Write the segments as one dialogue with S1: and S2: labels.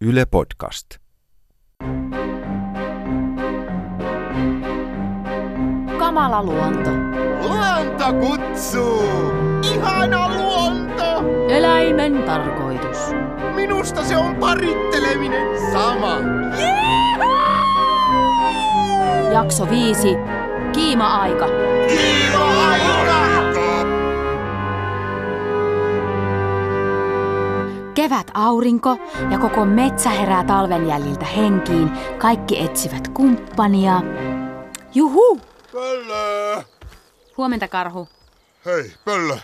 S1: Yle Podcast.
S2: Kamala luonto.
S3: Luonto kutsuu! Ihana luonto!
S2: Eläimen tarkoitus.
S3: Minusta se on paritteleminen sama.
S2: Jakso 5. Kiima-aika.
S3: Aika!
S2: Kevät aurinko ja koko metsä herää talven jäljiltä henkiin. Kaikki etsivät kumppania. Juhu!
S3: Pöllö!
S2: Huomenta karhu.
S3: Hei, Pöllö.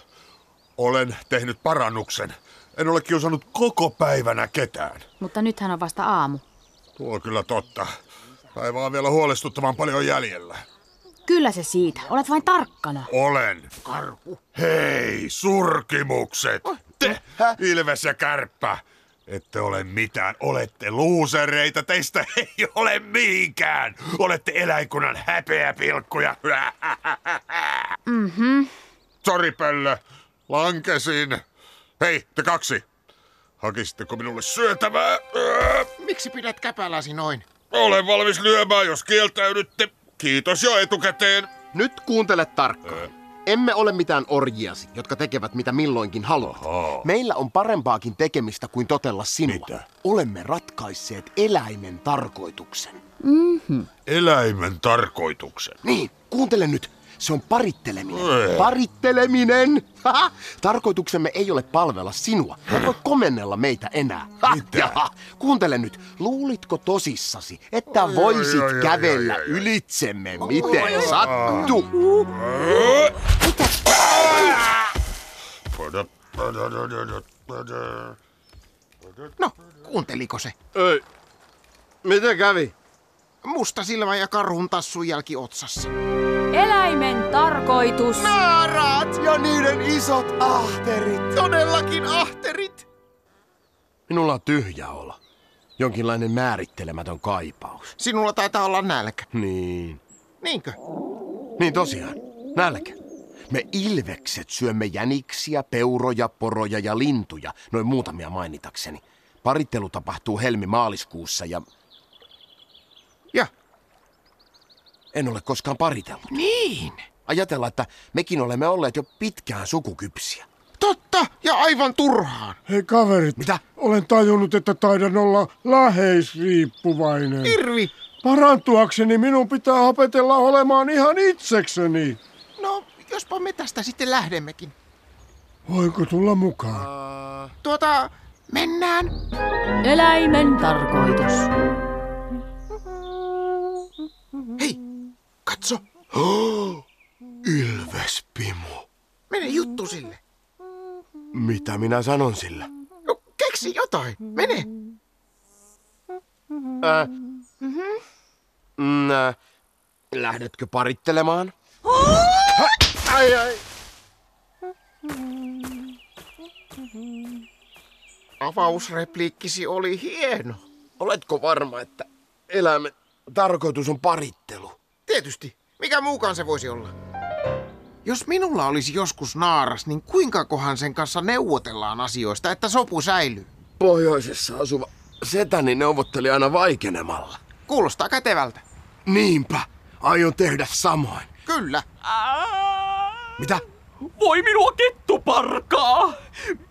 S3: Olen tehnyt parannuksen. En ole kiusannut koko päivänä ketään.
S2: Mutta nythän on vasta aamu.
S3: Tuo on kyllä totta. Päivää on vielä huolestuttavan paljon jäljellä.
S2: Kyllä se siitä. Olet vain tarkkana.
S3: Olen. Karhu. Hei, surkimukset! Te, Ilves ja Kärppä! Ette ole mitään, olette luusereita, teistä ei ole mihinkään. Olette eläinkunnan häpeäpilkkuja. Mhm. Sori, pöllö. Lankesin. Hei, te kaksi. Hakisitteko minulle syötävää? Öö,
S4: Miksi pidät käpälasi noin?
S3: Olen valmis lyömään, jos kieltäydytte. Kiitos jo etukäteen.
S4: Nyt kuuntele tarkkaan. Emme ole mitään orjiasi, jotka tekevät mitä milloinkin haluavat.
S3: Oho.
S4: Meillä on parempaakin tekemistä kuin totella sinua.
S3: Mitä?
S4: Olemme ratkaisseet eläimen tarkoituksen.
S3: Eläimen tarkoituksen.
S4: Niin, kuuntele nyt. Se on paritteleminen.
S3: Ei.
S4: Paritteleminen! Haha. Tarkoituksemme ei ole palvella sinua. Et voi komennella meitä enää. Ha,
S3: Mitä?
S4: jaha. Kuuntele nyt. Luulitko tosissasi, että
S3: Oi,
S4: voisit
S3: oi, oi,
S4: kävellä
S3: oi, oi, oi.
S4: ylitsemme miten sattuu?
S5: No, kuunteliko se?
S4: Ei. Miten kävi?
S5: Musta silmä ja karhun tassun jälki otsassa.
S2: Eläimen tarkoitus.
S5: Naaraat!
S4: Ja niiden isot ahterit.
S5: Todellakin ahterit!
S4: Minulla on tyhjä olla. Jonkinlainen määrittelemätön kaipaus.
S5: Sinulla taitaa olla nälkä,
S4: Niin.
S5: niinkö?
S4: Niin tosiaan. Nälkä. Me ilvekset syömme jäniksiä, peuroja, poroja ja lintuja, noin muutamia mainitakseni. Parittelu tapahtuu helmi-maaliskuussa ja
S5: Ja
S4: en ole koskaan paritellut.
S5: niin!
S4: Ajatella, että mekin olemme olleet jo pitkään sukukypsiä.
S5: Totta ja aivan turhaan.
S6: Hei kaverit,
S4: Mitä?
S6: olen tajunnut, että taidan olla läheisriippuvainen.
S5: Irvi!
S6: Parantuakseni minun pitää opetella olemaan ihan itsekseni.
S5: No, jospa me tästä sitten lähdemmekin.
S6: Voinko tulla mukaan?
S5: Tuota, mennään.
S2: Eläimen tarkoitus.
S5: Hei, katso.
S4: Ilvespimu.
S5: Mene juttu sille.
S4: Mitä minä sanon sille?
S5: No, keksi jotain. Mene.
S4: Äh. Mm, äh. Lähdetkö parittelemaan? Hä? Ai ai.
S5: Avausrepliikkisi oli hieno.
S4: Oletko varma, että eläimen tarkoitus on parittelu?
S5: Tietysti. Mikä muukaan se voisi olla? Jos minulla olisi joskus naaras, niin kuinka kohan sen kanssa neuvotellaan asioista, että sopu säilyy?
S4: Pohjoisessa asuva setäni neuvotteli aina vaikenemalla.
S5: Kuulostaa kätevältä.
S4: Niinpä, aion tehdä samoin.
S5: Kyllä.
S4: Mitä?
S7: Voi minua kettu parkaa!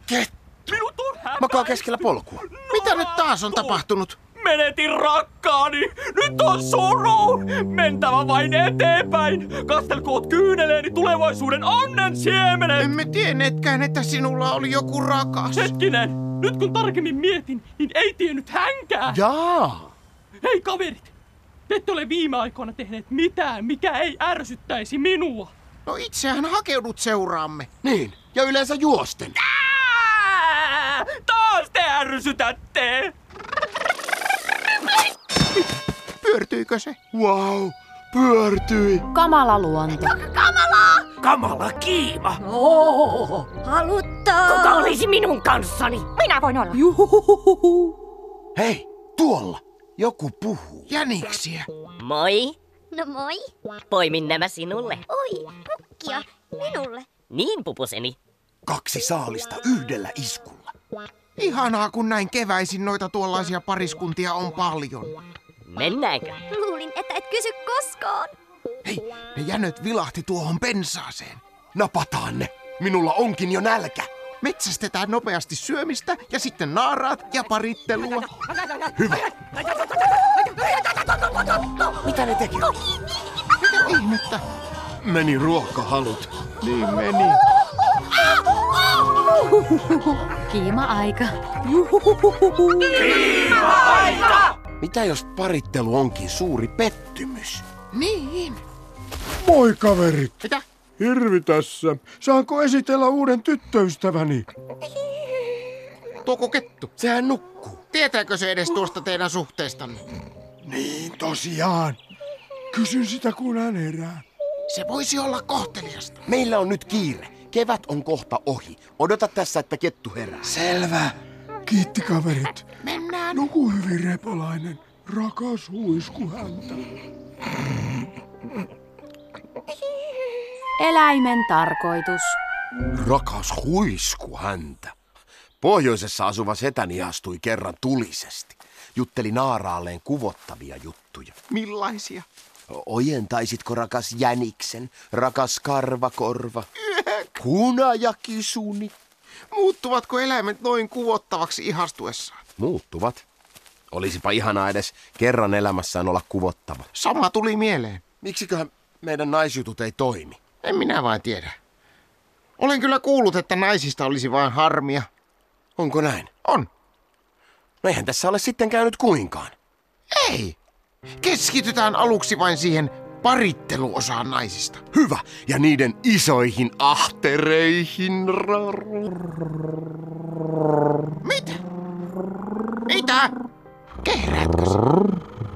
S4: Kettu
S7: Minut on häpäisty.
S4: makaa keskellä polkua.
S5: Mitä nyt taas on tapahtunut?
S7: Menetin rakkaani! Nyt on suru! Mentävä vain eteenpäin! Kastelkoot kyyneleeni tulevaisuuden onnen siemenen!
S5: Emme tienneetkään, että sinulla oli joku rakas.
S7: Hetkinen! Nyt kun tarkemmin mietin, niin ei tiennyt hänkään!
S4: Jaa.
S7: Hei kaverit! Te ette ole viime aikoina tehneet mitään, mikä ei ärsyttäisi minua!
S5: No itsehän hakeudut seuraamme.
S4: Niin, ja yleensä juosten.
S7: Ää, taas te ärsytätte!
S5: Pyörtyykö se?
S4: Wow, pyörtyi.
S2: Kamala luonto.
S7: Kamala kiima!
S2: Juhuhuhuhu.
S4: Hei, tuolla. Joku puhuu.
S5: Jäniksiä.
S8: Moi,
S9: No moi.
S8: poimin nämä sinulle.
S9: Oi, pukkia. Minulle.
S8: Niin, pupuseni.
S4: Kaksi saalista yhdellä iskulla.
S5: Ihanaa, kun näin keväisin noita tuollaisia pariskuntia on paljon.
S8: Mennäänkö?
S9: Luulin, että et kysy koskaan.
S5: Hei, ne jänöt vilahti tuohon pensaaseen.
S4: Napataan ne. Minulla onkin jo nälkä.
S5: Metsästetään nopeasti syömistä ja sitten naaraat ja parittelua.
S4: Mitä ne teki?
S5: Mitä ihmettä?
S4: Meni ruokahalut.
S5: Niin meni.
S2: Kiima-aika.
S4: Mitä jos parittelu onkin suuri pettymys?
S5: Niin.
S6: Moi kaverit!
S5: Mitä?
S6: Hirvi tässä. Saanko esitellä uuden tyttöystäväni?
S5: Tuoko kettu?
S4: Sehän nukkuu.
S5: Tietääkö se edes tuosta teidän suhteestanne?
S6: Niin tosiaan. Kysyn sitä kun hän herää.
S5: Se voisi olla kohteliasta.
S4: Meillä on nyt kiire. Kevät on kohta ohi. Odota tässä, että kettu herää.
S6: Selvä. Kiitti kaverit. Mennään. Nuku hyvin repalainen. Rakas huisku häntä.
S2: Eläimen tarkoitus.
S4: Rakas huisku häntä. Pohjoisessa asuva setäni astui kerran tulisesti. Jutteli naaraalleen kuvottavia juttuja.
S5: Millaisia?
S4: O- Ojentaisitko rakas jäniksen, rakas karvakorva, hunajakisuni?
S5: Muuttuvatko eläimet noin kuvottavaksi ihastuessaan?
S4: Muuttuvat. Olisipa ihanaa edes kerran elämässään olla kuvottava.
S5: Sama tuli mieleen.
S4: Miksiköhän meidän naisjutut ei toimi?
S5: En minä vain tiedä. Olen kyllä kuullut, että naisista olisi vain harmia.
S4: Onko näin?
S5: On.
S4: No eihän tässä ole sitten käynyt kuinkaan.
S5: Ei. Keskitytään aluksi vain siihen paritteluosaan naisista.
S4: Hyvä. Ja niiden isoihin ahtereihin. Rarr.
S5: Mitä? Mitä? Kehräätkö sä?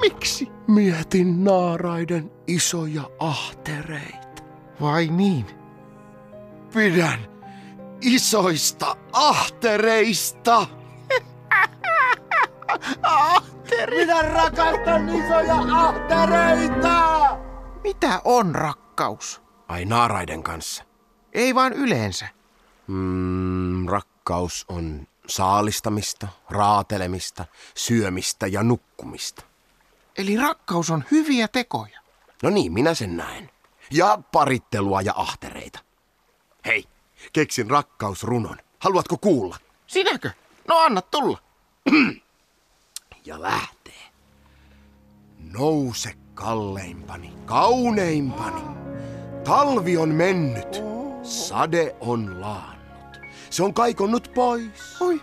S5: Miksi?
S4: Mietin naaraiden isoja ahtereita.
S5: Vai niin?
S4: Pidän isoista ahtereista. Ahteri. Minä rakastan isoja ahtereita.
S5: Mitä on rakkaus?
S4: Ai naaraiden kanssa.
S5: Ei vaan yleensä.
S4: Mm, rakkaus on saalistamista, raatelemista, syömistä ja nukkumista.
S5: Eli rakkaus on hyviä tekoja.
S4: No niin, minä sen näen. Ja parittelua ja ahtereita. Hei, keksin rakkausrunon. Haluatko kuulla?
S5: Sinäkö? No anna tulla.
S4: Ja lähtee. Nouse kalleimpani, kauneimpani. Talvi on mennyt, sade on laannut. Se on kaikonnut pois. Oi.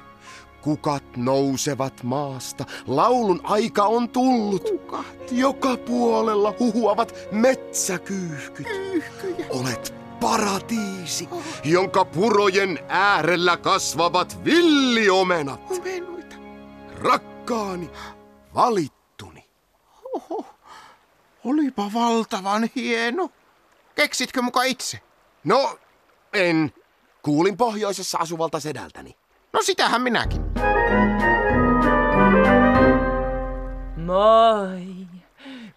S4: Kukat nousevat maasta, laulun aika on tullut. Kukat. Joka puolella huhuavat metsäkyyhkyt. Kyyhkyjä. Oh. Olet paratiisi, jonka purojen äärellä kasvavat villiomenat.
S5: Omenuita.
S4: Rakkaani, valittuni.
S5: Olipa valtavan hieno. Keksitkö muka itse?
S4: No, en. Kuulin pohjoisessa asuvalta sedältäni.
S5: No sitähän minäkin.
S1: Moi,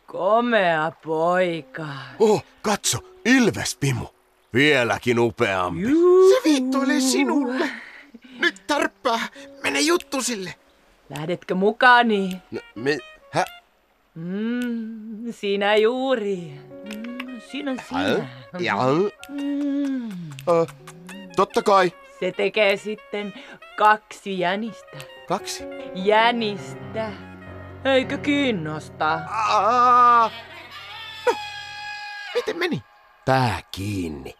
S1: komea poika.
S4: Oh, katso, Ilvespimu. Vieläkin upeampi.
S5: Se viittoilee sinulle. Nyt tarppaa. Mene juttu sille.
S1: Lähdetkö mukani?
S4: No, me, hä?
S1: Mm, sinä juuri. Mm, sinä, sinä.
S4: Ja,
S1: Mm,
S4: ö, totta kai.
S1: se tekee sitten kaksi jänistä.
S4: Kaksi.
S1: Jänistä. Eikö kiinnosta?
S4: Aa,
S5: Miten meni?
S4: Pää kiinni.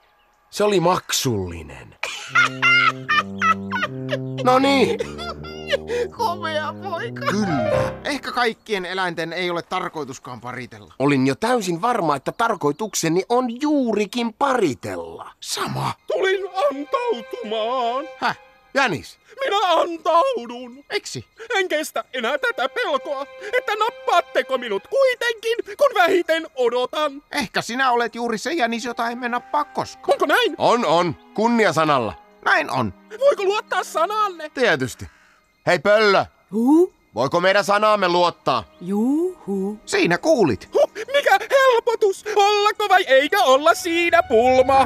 S4: Se oli maksullinen. No niin,
S5: Komea poika.
S4: kyllä.
S5: Ehkä kaikkien eläinten ei ole tarkoituskaan paritella.
S4: Olin jo täysin varma, että tarkoitukseni on juurikin paritella.
S5: Sama.
S6: Tulin antautumaan.
S5: Häh?
S4: Jänis,
S6: Minä antaudun.
S5: Miksi?
S6: En kestä enää tätä pelkoa, että nappaatteko minut kuitenkin, kun vähiten odotan.
S5: Ehkä sinä olet juuri se jänis, jota emme nappaa koskaan.
S6: Onko näin?
S4: on on, kunnia sanalla.
S5: Näin on.
S6: Voiko luottaa sananne?
S4: Tietysti. Hei Pöllö,
S2: Juu,
S4: voiko meidän sanaamme luottaa?
S2: juhu.
S5: Siinä kuulit.
S6: Huh, mikä helpotus! Ollako vai eikä olla siinä pulma?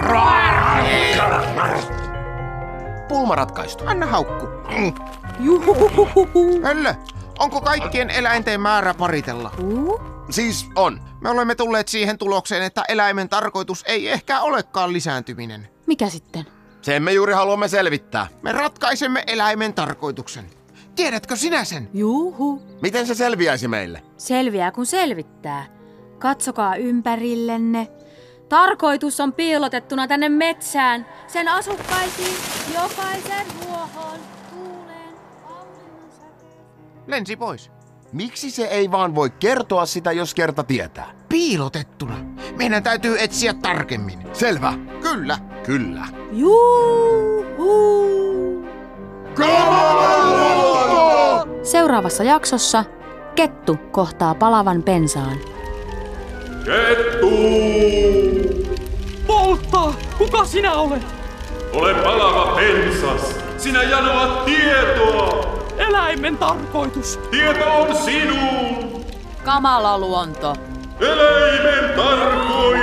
S4: Pulma ratkaistu.
S5: Anna haukku. Mm,
S2: Juhuhuhuhu.
S5: Höllö, onko kaikkien eläinten määrä paritella?
S2: Uu.
S4: Siis on.
S5: Me olemme tulleet siihen tulokseen, että eläimen tarkoitus ei ehkä olekaan lisääntyminen.
S2: Mikä sitten?
S4: Sen me juuri haluamme selvittää.
S5: Me ratkaisemme eläimen tarkoituksen. Tiedätkö sinä sen?
S2: Juhu.
S4: Miten se selviäisi meille?
S2: Selviää kun selvittää. Katsokaa ympärillenne. Tarkoitus on piilotettuna tänne metsään, sen asukkaisiin, jokaisen huohoon, tuuleen, auringon säteeseen.
S5: Lensi pois.
S4: Miksi se ei vaan voi kertoa sitä, jos kerta tietää?
S5: Piilotettuna. Meidän täytyy etsiä tarkemmin.
S4: Selvä.
S5: Kyllä.
S4: Kyllä.
S2: Juhu. Seuraavassa jaksossa Kettu kohtaa palavan pensaan.
S10: Kettu!
S7: Polttaa! Kuka sinä olet?
S10: Ole palava pensas! Sinä janoat tietoa!
S7: Eläimen tarkoitus!
S10: Tieto on sinun!
S2: Kamala luonto.
S10: Eläimen tarkoitus!